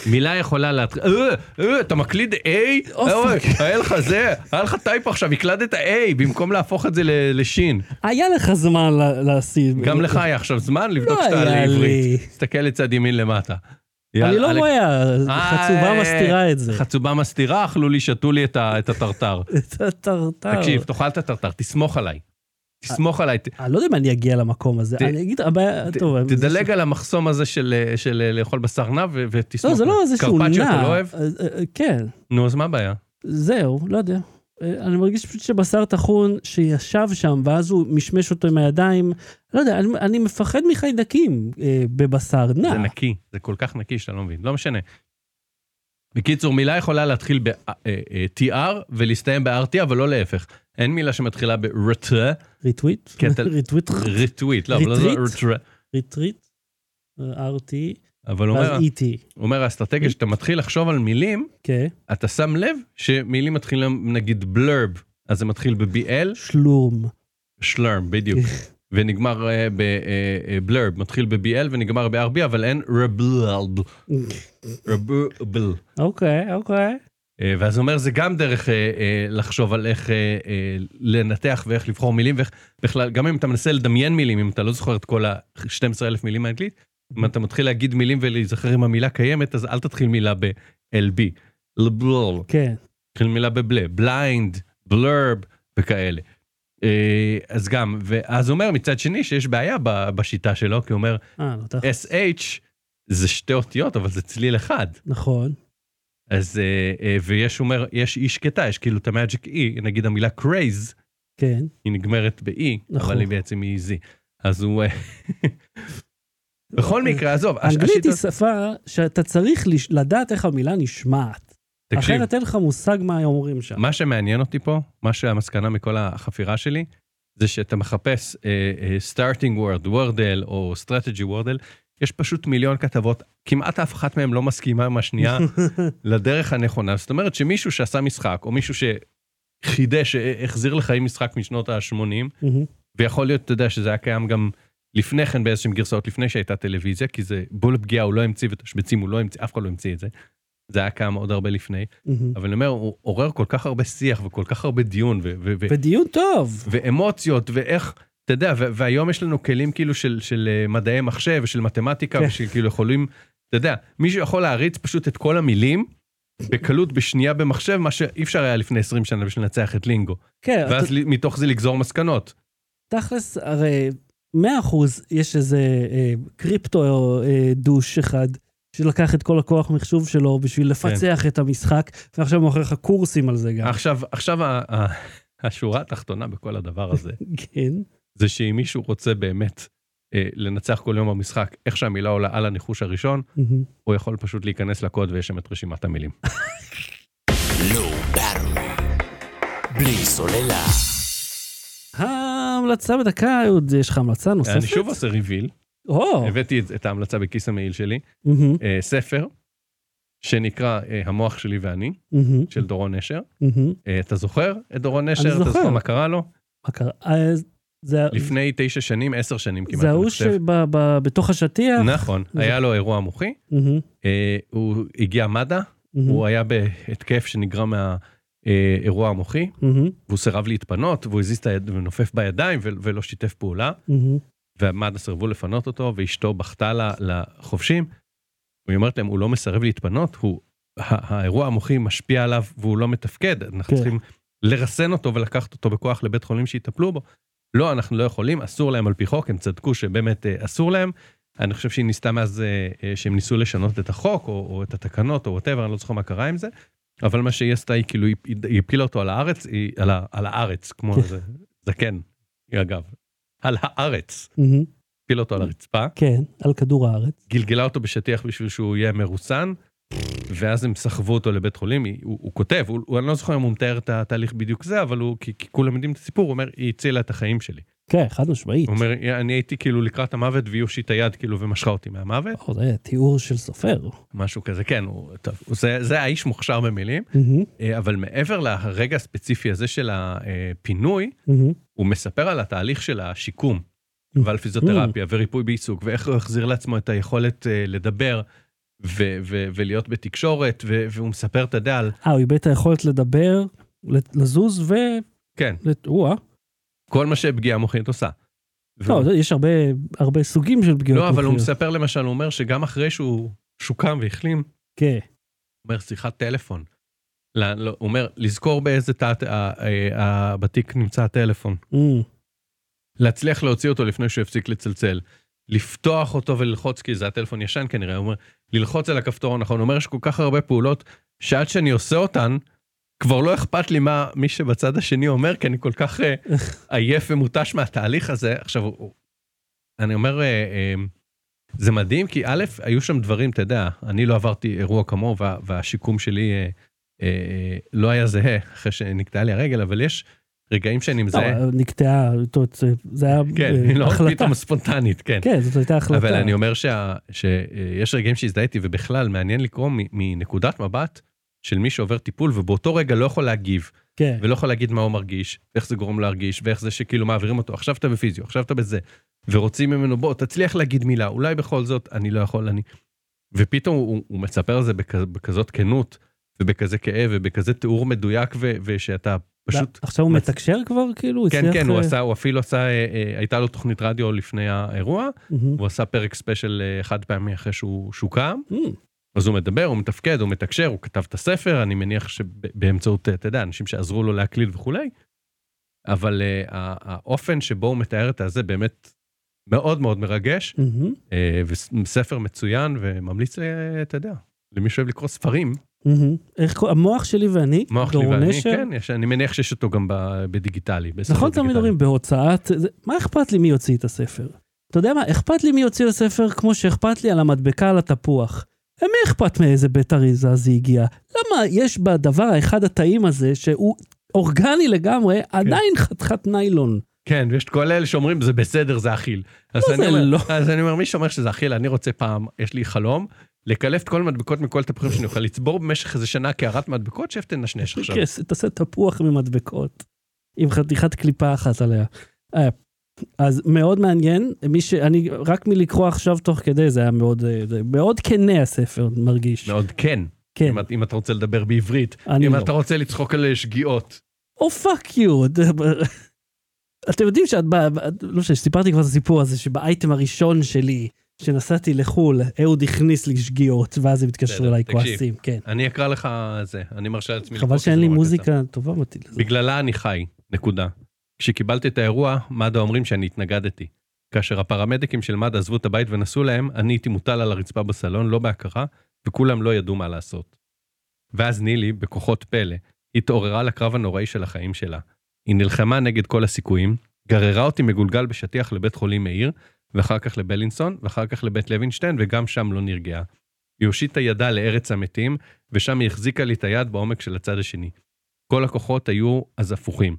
Speaker 2: מילה יכולה להתחיל, אה, אה, אתה מקליד A?
Speaker 1: או,
Speaker 2: אוי,
Speaker 1: פאק.
Speaker 2: היה לך זה, היה לך טייפ עכשיו, הקלדת A, במקום להפוך את זה ל- לשין.
Speaker 1: היה לך זמן ל- לשים.
Speaker 2: גם לך היה עכשיו זמן לבדוק
Speaker 1: לא
Speaker 2: שאתה
Speaker 1: היה
Speaker 2: לעברית.
Speaker 1: לי.
Speaker 2: תסתכל לצד ימין למטה.
Speaker 1: אני
Speaker 2: יאללה,
Speaker 1: לא
Speaker 2: אלק-
Speaker 1: רואה,
Speaker 2: אה,
Speaker 1: חצובה מסתירה את זה. [LAUGHS]
Speaker 2: חצובה מסתירה, אכלו לי, שתו לי את ה- את הטרטר.
Speaker 1: את הטרטר.
Speaker 2: תקשיב, תאכל את הטרטר, תסמוך עליי. תסמוך עליי, ת-
Speaker 1: אני לא יודע אם אני אגיע למקום הזה,
Speaker 2: ת-
Speaker 1: אני אגיד, הבעיה,
Speaker 2: ת-
Speaker 1: אה, טוב, אבל זה
Speaker 2: תדלג על המחסום הזה של אה, של, אה, לאכול בשר נע ו- ותסמוך.
Speaker 1: לא, זה
Speaker 2: עליי.
Speaker 1: לא איזשהו נע.
Speaker 2: קרפצ'יו אתה לא אוהב?
Speaker 1: אה, אה, כן,
Speaker 2: נו, אז מה הבעיה?
Speaker 1: זהו, לא יודע. אה, אני מרגיש פשוט שבשר טחון שישב שם, ואז הוא משמש אותו עם הידיים, לא יודע, אני, אני מפחד מחיידקים אה, בבשר נע.
Speaker 2: זה נקי, זה כל כך נקי שאתה לא מבין, לא משנה. בקיצור, מילה יכולה להתחיל אה, ב-TR ולהסתיים ב-RT, אבל לא להפך. אין מילה שמתחילה ב-RT,
Speaker 1: ריטוויט? [LAUGHS]
Speaker 2: כן, אתה-
Speaker 1: ריטוויט?
Speaker 2: ריטוויט, לא, אבל לא זה
Speaker 1: ריטריט?
Speaker 2: RT.
Speaker 1: ריטריט? אה, RT,
Speaker 2: אבל
Speaker 1: ואז
Speaker 2: לא אומר,
Speaker 1: ET.
Speaker 2: אומר האסטרטגיה, שאתה מתחיל לחשוב על מילים,
Speaker 1: כן.
Speaker 2: אתה שם לב שמילים מתחילים, נגיד בלרב, אז זה מתחיל ב-BL,
Speaker 1: שלום.
Speaker 2: שלרם, בדיוק. ונגמר אה, בלרב, מתחיל ב-BL ונגמר ב-RB, אבל אין רבלב, רבל.
Speaker 1: אוקיי, אוקיי.
Speaker 2: אה, ואז הוא אומר, זה גם דרך אה, אה, לחשוב על איך אה, אה, לנתח ואיך לבחור מילים, ואיך בכלל, גם אם אתה מנסה לדמיין מילים, אם אתה לא זוכר את כל ה-12,000 מילים האנגלית, אם אתה מתחיל להגיד מילים ולהיזכר אם המילה קיימת, אז אל תתחיל מילה ב-LB, לבלול,
Speaker 1: כן.
Speaker 2: תתחיל מילה בבלה, בליינד, בלרב וכאלה. אה, אז גם, ואז הוא אומר מצד שני שיש בעיה ב- בשיטה שלו, כי הוא אומר,
Speaker 1: אה, לא, אתה...
Speaker 2: SH זה שתי אותיות, אבל זה צליל אחד.
Speaker 1: נכון.
Speaker 2: אז אה, אה, ויש אומר, יש אי שקטה, יש כאילו את המאג'יק אי, נגיד המילה קרייז,
Speaker 1: כן.
Speaker 2: היא נגמרת באי,
Speaker 1: נכון.
Speaker 2: אבל היא בעצם היא זי. אז הוא... אה, בכל מקרה, עזוב, הש-
Speaker 1: אה, אנגלית היא
Speaker 2: השיטות-
Speaker 1: שפה שאתה צריך לש- לדעת איך המילה נשמעת.
Speaker 2: תקשיב,
Speaker 1: אחרת אין לך מושג מה אומרים שם.
Speaker 2: מה שמעניין אותי פה, מה שהמסקנה מכל החפירה שלי, זה שאתה מחפש אה, אה, starting word, wordle או strategy wordle, יש פשוט מיליון כתבות, כמעט אף אחת מהן לא מסכימה
Speaker 1: [LAUGHS]
Speaker 2: עם השנייה לדרך הנכונה. זאת אומרת שמישהו שעשה משחק, או מישהו שחידש, אה, החזיר לחיים משחק משנות ה-80,
Speaker 1: מהמם.
Speaker 2: ויכול להיות, אתה יודע, שזה היה קיים גם לפני כן באיזשהם גרסאות, לפני שהייתה טלוויזיה, כי זה בול פגיעה, הוא לא המציא ותשבצים, הוא לא המציא, אף אחד לא המציא את זה. זה היה קיים עוד הרבה לפני.
Speaker 1: מהמם.
Speaker 2: אבל אני אומר, הוא עורר כל כך הרבה שיח וכל כך הרבה דיון ו- ו- ו-
Speaker 1: בדיון טוב.
Speaker 2: ואמוציות, ואיך, אתה יודע, ו- והיום יש לנו כלים כאילו של, של אה, מדעי מחשב ושל מתמטיקה,
Speaker 1: כן.
Speaker 2: ושל כאילו יכולים, אתה יודע, מישהו יכול להריץ פשוט את כל המילים. בקלות בשנייה במחשב, מה שאי אפשר היה לפני 20 שנה בשביל לנצח את לינגו.
Speaker 1: כן, אתה-
Speaker 2: ואז ל- מתוך זה לגזור מסקנות.
Speaker 1: תכלס, הרי 100% יש איזה אה, קריפטו אה, דוש אחד. שלקח את כל הכוח מחשוב שלו
Speaker 2: כן.
Speaker 1: בשביל לפצח את המשחק, ועכשיו מוכר לך קורסים על זה גם.
Speaker 2: עכשיו, עכשיו ה- ה- השורה התחתונה בכל הדבר הזה,
Speaker 1: כן.
Speaker 2: זה שאם מישהו רוצה באמת אה, לנצח כל יום במשחק, איך שהמילה עולה על הניחוש הראשון,
Speaker 1: מהמם.
Speaker 2: הוא יכול פשוט להיכנס לקוד ויש שם את רשימת המילים.
Speaker 3: לואו ברור. בלי סוללה.
Speaker 1: ההמלצה בדקה, עוד יש לך המלצה נוספת?
Speaker 2: אני שוב עושה ריביל,
Speaker 1: או,
Speaker 2: הבאתי את- את ההמלצה בכיס המעיל שלי,
Speaker 1: מהמם,
Speaker 2: אה, ספר שנקרא אה, המוח שלי ואני,
Speaker 1: מהמם,
Speaker 2: של דורון נשר.
Speaker 1: מהמם.
Speaker 2: אה, אתה זוכר את דורון נשר? אתה
Speaker 1: זוכר.
Speaker 2: זוכר מה קרה לו?
Speaker 1: מה קרה? אה, זה ה-
Speaker 2: לפני תשע שנים, עשר שנים כמעט,
Speaker 1: זה ההוא
Speaker 2: אני חושב.
Speaker 1: שבתוך השטיח?
Speaker 2: נכון, היה לו אירוע מוחי,
Speaker 1: מהמם,
Speaker 2: אה, הוא הגיע מד"א,
Speaker 1: מהמם,
Speaker 2: הוא היה בהתקף שנגרם מהאירוע המוחי,
Speaker 1: מהמם,
Speaker 2: והוא סירב להתפנות, והוא הזיז את היד ונופף בידיים ו- ולא שיתף פעולה,
Speaker 1: מהמם.
Speaker 2: והמד"א סירבו לפנות אותו, ואשתו בכתה ל- לחובשים. והיא אומרת להם, הוא לא מסרב להתפנות, הוא, ה- האירוע המוחי משפיע עליו והוא לא מתפקד, אנחנו
Speaker 1: כן.
Speaker 2: צריכים לרסן אותו ולקחת אותו בכוח לבית חולים שיטפלו בו. לא, אנחנו לא יכולים, אסור להם על פי חוק, הם צדקו שבאמת אה, אסור להם. אני חושב שהיא ניסתה מאז אה, אה, שהם ניסו לשנות את החוק, או, או את התקנות, או וואטאבר, אני לא זוכר מה קרה עם זה. אבל מה שהיא עשתה, היא כאילו, היא- היא הפילה אותו על הארץ, היא, על, ה, על הארץ, כמו
Speaker 1: כן.
Speaker 2: איזה זקן, אגב. על הארץ.
Speaker 1: מהמם.
Speaker 2: הפילה אותו על הרצפה,
Speaker 1: כן, על כדור הארץ.
Speaker 2: גלגלה אותו בשטיח בשביל שהוא יהיה מרוסן, ואז הם סחבו אותו לבית חולים, היא- הוא, הוא כותב, הוא, הוא, אני לא זוכר אם הוא מתאר את התהליך בדיוק זה, אבל הוא, כי, כי כולם יודעים את הסיפור, הוא אומר, היא הצילה את החיים שלי.
Speaker 1: כן, חד משמעית.
Speaker 2: הוא אומר, אני הייתי כאילו לקראת המוות, והיא הושיטה יד כאילו ומשכה אותי מהמוות,
Speaker 1: או, זה היה תיאור של סופר.
Speaker 2: משהו כזה, כן, הוא, טוב, הוא- זה, זה האיש מוכשר במילים,
Speaker 1: מהמם,
Speaker 2: אה, אבל מעבר לרגע הספציפי הזה של אה, הפינוי,
Speaker 1: מהמם.
Speaker 2: הוא מספר על התהליך של השיקום ועל
Speaker 1: Mm.
Speaker 2: פיזיותרפיה וריפוי בעיסוק ואיך הוא החזיר לעצמו את היכולת אה, לדבר ו- ו- ולהיות בתקשורת ו- והוא מספר את הדל,
Speaker 1: אה, הוא איבד את היכולת לדבר, לת- לזוז ו...
Speaker 2: כן,
Speaker 1: לת- או-אה.
Speaker 2: כל מה שפגיעה מוחית עושה.
Speaker 1: לא,
Speaker 2: והוא-
Speaker 1: זה- יש הרבה- הרבה סוגים של פגיעות.
Speaker 2: לא, אבל הוא
Speaker 1: מוחיות.
Speaker 2: מספר למשל, הוא אומר שגם אחרי שהוא שוקם והחלים, הוא
Speaker 1: כן.
Speaker 2: אומר שיחת טלפון. לא, לא, הוא אומר, לזכור באיזה תא ה- ה- ה- בתיק נמצא הטלפון.
Speaker 1: אמ,
Speaker 2: להצליח להוציא אותו לפני שהוא יפסיק לצלצל. לפתוח אותו וללחוץ, כי זה הטלפון ישן כנראה, הוא אומר, ללחוץ על הכפתור הנכון, הוא אומר שכל כך הרבה פעולות, שעד שאני עושה אותן, כבר לא אכפת לי מה מי שבצד השני אומר, כי אני כל כך אה, עייף ומותש מהתהליך הזה. עכשיו, הוא- הוא- אני אומר, אה, אה, זה מדהים, כי א', היו שם דברים, אתה יודע, אני לא עברתי אירוע כמוהו, וה, והשיקום שלי אה, אה, אה, לא היה זהה, אחרי שנקטעה לי הרגל, אבל יש רגעים שאני
Speaker 1: לא,
Speaker 2: מזהה.
Speaker 1: נקטעה, זאת אומרת, זה היה
Speaker 2: כן,
Speaker 1: אה,
Speaker 2: היא לא
Speaker 1: החלטה.
Speaker 2: פתאום ספונטנית, כן.
Speaker 1: כן, זאת הייתה החלטה.
Speaker 2: אבל אני אומר שה- שיש רגעים שהזדהיתי, ובכלל, מעניין לקרוא מ- מנקודת מבט של מי שעובר טיפול, ובאותו רגע לא יכול להגיב,
Speaker 1: כן,
Speaker 2: ולא יכול להגיד מה הוא מרגיש, איך זה גורם לו להרגיש, ואיך זה שכאילו מעבירים אותו, עכשיו אתה בפיזיו, עכשיו אתה בזה, ורוצים ממנו, בוא, תצליח להגיד מילה, אולי בכל זאת, אני לא יכול, אני... ופתאום הוא, הוא מספר על זה בכ, בכזאת כנות, ובכזה כאב, ובכזה תיאור מדויק, ו, ושאתה פשוט...
Speaker 1: עכשיו הוא
Speaker 2: מצ-
Speaker 1: מתקשר כבר, כאילו?
Speaker 2: כן,
Speaker 1: הצליח,
Speaker 2: כן, הוא
Speaker 1: לא, אה,
Speaker 2: עשה, הוא אפילו עשה, אה, אה, הייתה לו תוכנית רדיו לפני האירוע,
Speaker 1: מהמם.
Speaker 2: הוא עשה פרק ספיישל אה, חד פעמי אחרי שהוא שהוא קם,
Speaker 1: מהמם.
Speaker 2: אז הוא מדבר, הוא מתפקד, הוא מתקשר, הוא כתב את הספר, אני מניח שבאמצעות, אה, אתה יודע, אנשים שעזרו לו להקליד וכולי, אבל אה, הא- האופן שבו הוא מתאר את הזה באמת מאוד מאוד מרגש,
Speaker 1: מהמם.
Speaker 2: אה, וספר מצוין וממליץ, אה, אתה יודע, למי שאוהב לקרוא ספרים,
Speaker 1: מהמם. איך קורא- המוח שלי ואני,
Speaker 2: מוח לי
Speaker 1: דורון
Speaker 2: ואני,
Speaker 1: נשר.
Speaker 2: כן, יש- אני מניח שיש אותו גם ב- בדיגיטלי. בספר
Speaker 1: נכון תמיד
Speaker 2: דיגיטלי.
Speaker 1: אומרים בהוצאת, זה- מה אכפת לי מי יוציא את הספר? אתה יודע מה, אכפת לי מי יוציא את הספר כמו שאכפת לי על המדבקה על התפוח. למי אכפת מאיזה בית אריזה זה הגיע? למה יש בדבר האחד הטעים הזה, שהוא אורגני לגמרי, עדיין חתיכת ניילון?
Speaker 2: כן, ויש את כל אלה שאומרים, זה בסדר, זה אכיל. אז,
Speaker 1: זה
Speaker 2: אני אומר,
Speaker 1: לא.
Speaker 2: אז אני אומר, מי שאומר שזה אכיל, אני רוצה פעם, יש לי חלום, לקלף את כל המדבקות מכל התפוחים שאני אוכל לצבור במשך איזה שנה קערת מדבקות, שאיפה תנשנש עכשיו.
Speaker 1: כן, תעשה תפוח ממדבקות, עם חתיכת קליפה אחת עליה. אה, אז מאוד מעניין, מי ש... אני, רק מלקרוא עכשיו תוך כדי, זה היה מאוד, אה, זה- מאוד כנה הספר, מרגיש.
Speaker 2: מאוד כן,
Speaker 1: כן,
Speaker 2: אם, את- אם אתה רוצה לדבר בעברית,
Speaker 1: אני
Speaker 2: אם
Speaker 1: לא.
Speaker 2: אתה רוצה לצחוק על שגיאות.
Speaker 1: או פאק יו. Oh, [LAUGHS] אתם יודעים שאת באה, לא משנה, סיפרתי כבר את הסיפור הזה שבאייטם הראשון שלי, שנסעתי לחו"ל, אהוד הכניס לי שגיאות, ואז הם התקשרו
Speaker 2: בסדר,
Speaker 1: אליי
Speaker 2: תקשיב.
Speaker 1: כועסים, כן.
Speaker 2: אני אקרא לך זה, אני מרשה לעצמי לקרוא
Speaker 1: חבל
Speaker 2: כי זה
Speaker 1: שאין לי
Speaker 2: נורא קצר.
Speaker 1: מוזיקה טובה מתאים לזה.
Speaker 2: בגללה אני חי, נקודה. כשקיבלתי את האירוע, מד"א אומרים שאני התנגדתי. כאשר הפרמדיקים של מד"א עזבו את הבית ונסעו להם, אני הייתי מוטל על הרצפה בסלון, לא בהכרה, וכולם לא ידעו מה לעשות. ואז נילי, בכוחות פלא, התעוררה לקרב הנוראי של החיים שלה. היא נלחמה נגד כל הסיכויים, גררה אותי מגולגל בשטיח לבית חולים מאיר, ואחר כך לבלינסון, ואחר כך לבית לוינשטיין, וגם שם לא נרגעה. היא הושיטה ידה לארץ המתים, ושם היא החזיקה לי את היד בעומק של הצד השני. כל הכוחות היו אז הפוכים.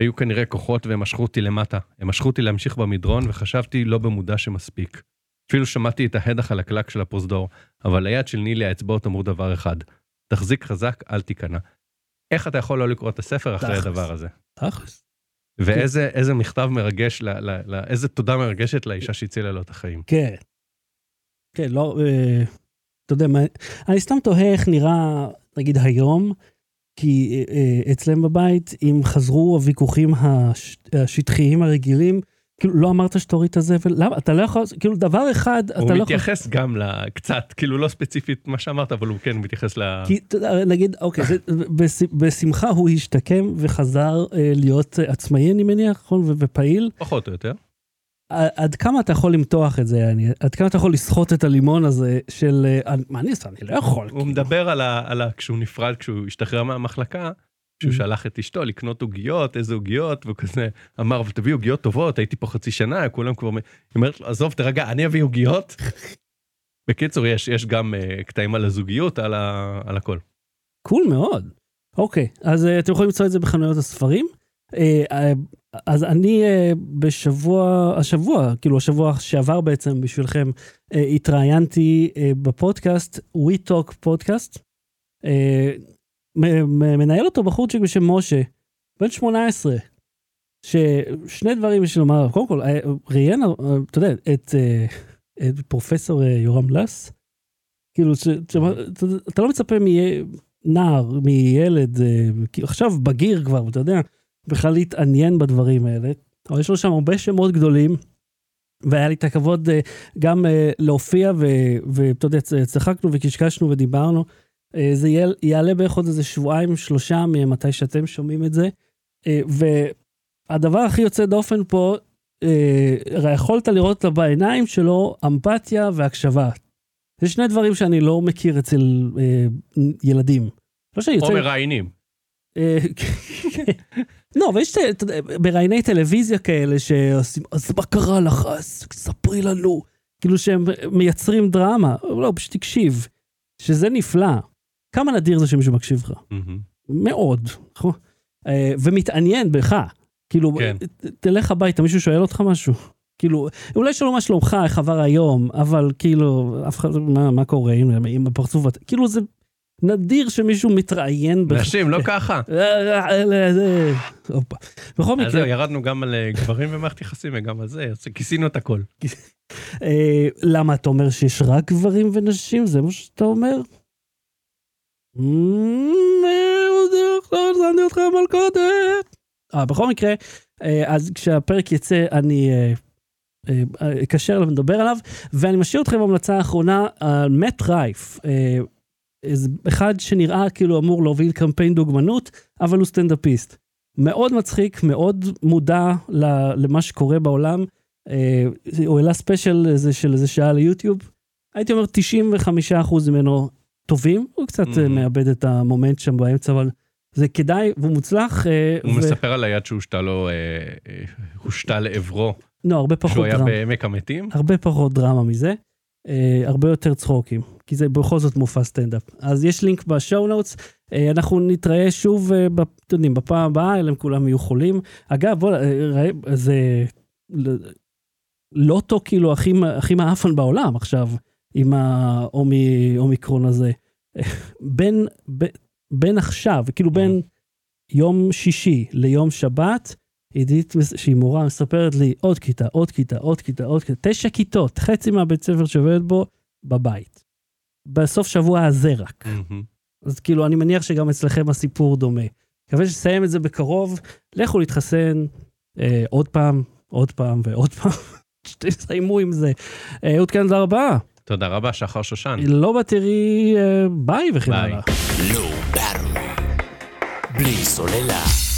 Speaker 2: היו כנראה כוחות והם משכו אותי למטה. הם משכו אותי להמשיך במדרון, וחשבתי לא במודע שמספיק. אפילו שמעתי את ההד החלקלק של הפרוזדור, אבל היד של נילי האצבעות אמרו דבר אחד, תחזיק חזק, אל תיכנע. איך אתה יכול לא לקרוא את הספר אחרי
Speaker 1: תכלס.
Speaker 2: הדבר הזה?
Speaker 1: תכלס.
Speaker 2: ואיזה איזה מכתב מרגש, ל, ל, ל, איזה תודה מרגשת לאישה שהצילה לו את החיים.
Speaker 1: כן. כן, לא, אה, אתה יודע, מה, אני סתם תוהה איך נראה, נגיד היום, כי אה, אה, אצלם בבית, אם חזרו הוויכוחים הש, השטחיים הרגילים, כאילו, לא אמרת שתוריד את הזבל, למה? אתה לא יכול, כאילו, דבר אחד, אתה לא
Speaker 2: הוא
Speaker 1: יכול...
Speaker 2: מתייחס גם לקצת, כאילו לא ספציפית מה שאמרת, אבל הוא כן מתייחס ל...
Speaker 1: כי אתה יודע, נגיד, אוקיי, זה, בש, בשמחה הוא השתקם וחזר אה, להיות אה, עצמאי, אני מניח, נכון? ו- ופעיל.
Speaker 2: פחות או יותר.
Speaker 1: ע- עד כמה אתה יכול למתוח את זה, יעני? עד כמה אתה יכול לסחוט את הלימון הזה של... אה, אני- מה אני עושה? אני לא יכול.
Speaker 2: הוא
Speaker 1: כאילו.
Speaker 2: מדבר על ה... על ה... כשהוא נפרד, כשהוא השתחרר מהמחלקה, שהוא
Speaker 1: Mhm.
Speaker 2: שלח את אשתו לקנות עוגיות, איזה עוגיות, והוא כזה אמר, אבל תביא עוגיות טובות, הייתי פה חצי שנה, כולם כבר... מ-" היא אומרת לו, עזוב, תרגע, אני אביא
Speaker 1: [LAUGHS]
Speaker 2: עוגיות. בקיצור, יש, יש גם אה, קטעים על הזוגיות, על, ה... על הכל.
Speaker 1: קול מאוד. אוקיי, אז אה, אתם יכולים למצוא את זה בחנויות הספרים. אה, אה, אז אני אה, בשבוע, השבוע, כאילו השבוע שעבר בעצם בשבילכם, אה, התראיינתי אה, בפודקאסט, We Talk פודקאסט. אה, מ- מ- מנהל אותו בחורצ'יק בשם משה, בן 18, ששני דברים יש לי לומר, קודם כל, אה, ראיין, אה, אתה יודע, את, אה, את פרופסור אה, יורם לס, כאילו, ש- ש- אתה- אתה לא מצפה מנער, מילד, אה, כאילו, עכשיו בגיר כבר, אתה יודע, בכלל להתעניין בדברים האלה, אבל יש לו שם הרבה שמות גדולים. והיה לי את הכבוד אה, גם אה, להופיע, ו- ואתה יודע, צ- צחקנו וקשקשנו ודיברנו. אה, זה יעל- יעלה בערך עוד איזה שבועיים, שלושה, ממתי שאתם שומעים את זה. אה, הדבר הכי יוצא דופן פה, אה, יכולת לראות אותה בעיניים שלו אמפתיה והקשבה. זה שני דברים שאני לא מכיר אצל אה, ילדים. לא שאני
Speaker 2: או
Speaker 1: יוצא...
Speaker 2: מראיינים.
Speaker 1: אה, [LAUGHS] כן. לא, אבל יש אתה יודע, מראייני טלוויזיה כאלה שעושים, אז מה קרה לך? אז ספרי לנו. כאילו שהם מייצרים דרמה. לא, פשוט תקשיב. שזה נפלא. כמה נדיר זה שמישהו מקשיב לך.
Speaker 2: מהמם.
Speaker 1: מאוד, נכון? אה, ומתעניין בך. כאילו,
Speaker 2: כן.
Speaker 1: ת- תלך הביתה, מישהו שואל אותך משהו. כאילו, אולי שלא מה שלומך, איך עבר היום, אבל כאילו, אף אחד, מה, מה קורה עם, עם הפרצוף? הת- כאילו, זה נדיר שמישהו מתראיין בך.
Speaker 2: נשים, לא ככה.
Speaker 1: אה, אה, אה, אה, הופה. בכל
Speaker 2: אז זהו,
Speaker 1: מקרה,
Speaker 2: ירדנו גם על אה, גברים ומערכת יחסים וגם על זה, אז כיסינו את הכל.
Speaker 1: אה, למה אתה אומר שיש רק גברים ונשים? זה מה שאתה אומר? אה, עכשיו שמתי לא אותך במלכודת. אה, בכל מקרה, אה, אז כשהפרק יצא, אני אה, אה, אה, אקשר אליו ונדבר עליו, ואני משאיר אתכם בהמלצה האחרונה על מט רייף. אה, איזה אחד שנראה כאילו אמור להוביל קמפיין דוגמנות, אבל הוא סטנדאפיסט. מאוד מצחיק, מאוד מודע ל- למה שקורה בעולם. אה, הוא העלה ספיישל איזה, של איזה שעה ליוטיוב. הייתי אומר 95% ממנו טובים, הוא קצת mm.
Speaker 2: Mhm.
Speaker 1: מאבד את המומנט שם באמצע, אבל זה כדאי והוא מוצלח. אה,
Speaker 2: הוא
Speaker 1: ו-
Speaker 2: מספר על היד שהושתה לו, אה, אה, הושתה לעברו,
Speaker 1: לא, הרבה פחות
Speaker 2: שהוא היה
Speaker 1: דרמה.
Speaker 2: בעמק המתים.
Speaker 1: הרבה פחות דרמה מזה, אה, הרבה יותר צחוקים, כי זה בכל זאת מופע סטנדאפ. אז יש לינק בשואו נוטס, אה, אנחנו נתראה שוב, אה, בפ- אתם יודעים, בפעם הבאה, אלא אם כולם יהיו חולים. אגב, בוא, אה, ראה- זה ל- לוטו כאילו הכי, מ- הכי מעפן בעולם עכשיו, עם האומיקרון הזה. בין, ב- בין עכשיו, כאילו בין יום שישי ליום שבת, עידית, מס- שהיא מורה, מספרת לי עוד כיתה, עוד כיתה, עוד כיתה, עוד כיתה, תשע כיתות, חצי מהבית ספר שעובדת בו, בבית. בסוף שבוע הזה רק.
Speaker 2: מהמם.
Speaker 1: אז כאילו, אני מניח שגם אצלכם הסיפור דומה. מקווה שנסיים את זה בקרוב, לכו להתחסן אה, עוד פעם, עוד פעם ועוד פעם, [LAUGHS] שתסיימו עם זה. אה, עוד כאן תודה רבה.
Speaker 2: תודה רבה, שחר שושן.
Speaker 1: לא בתראי, אה, ביי וכן
Speaker 2: ביי.
Speaker 1: הלאה.
Speaker 3: Low Battery. בלי סוללה.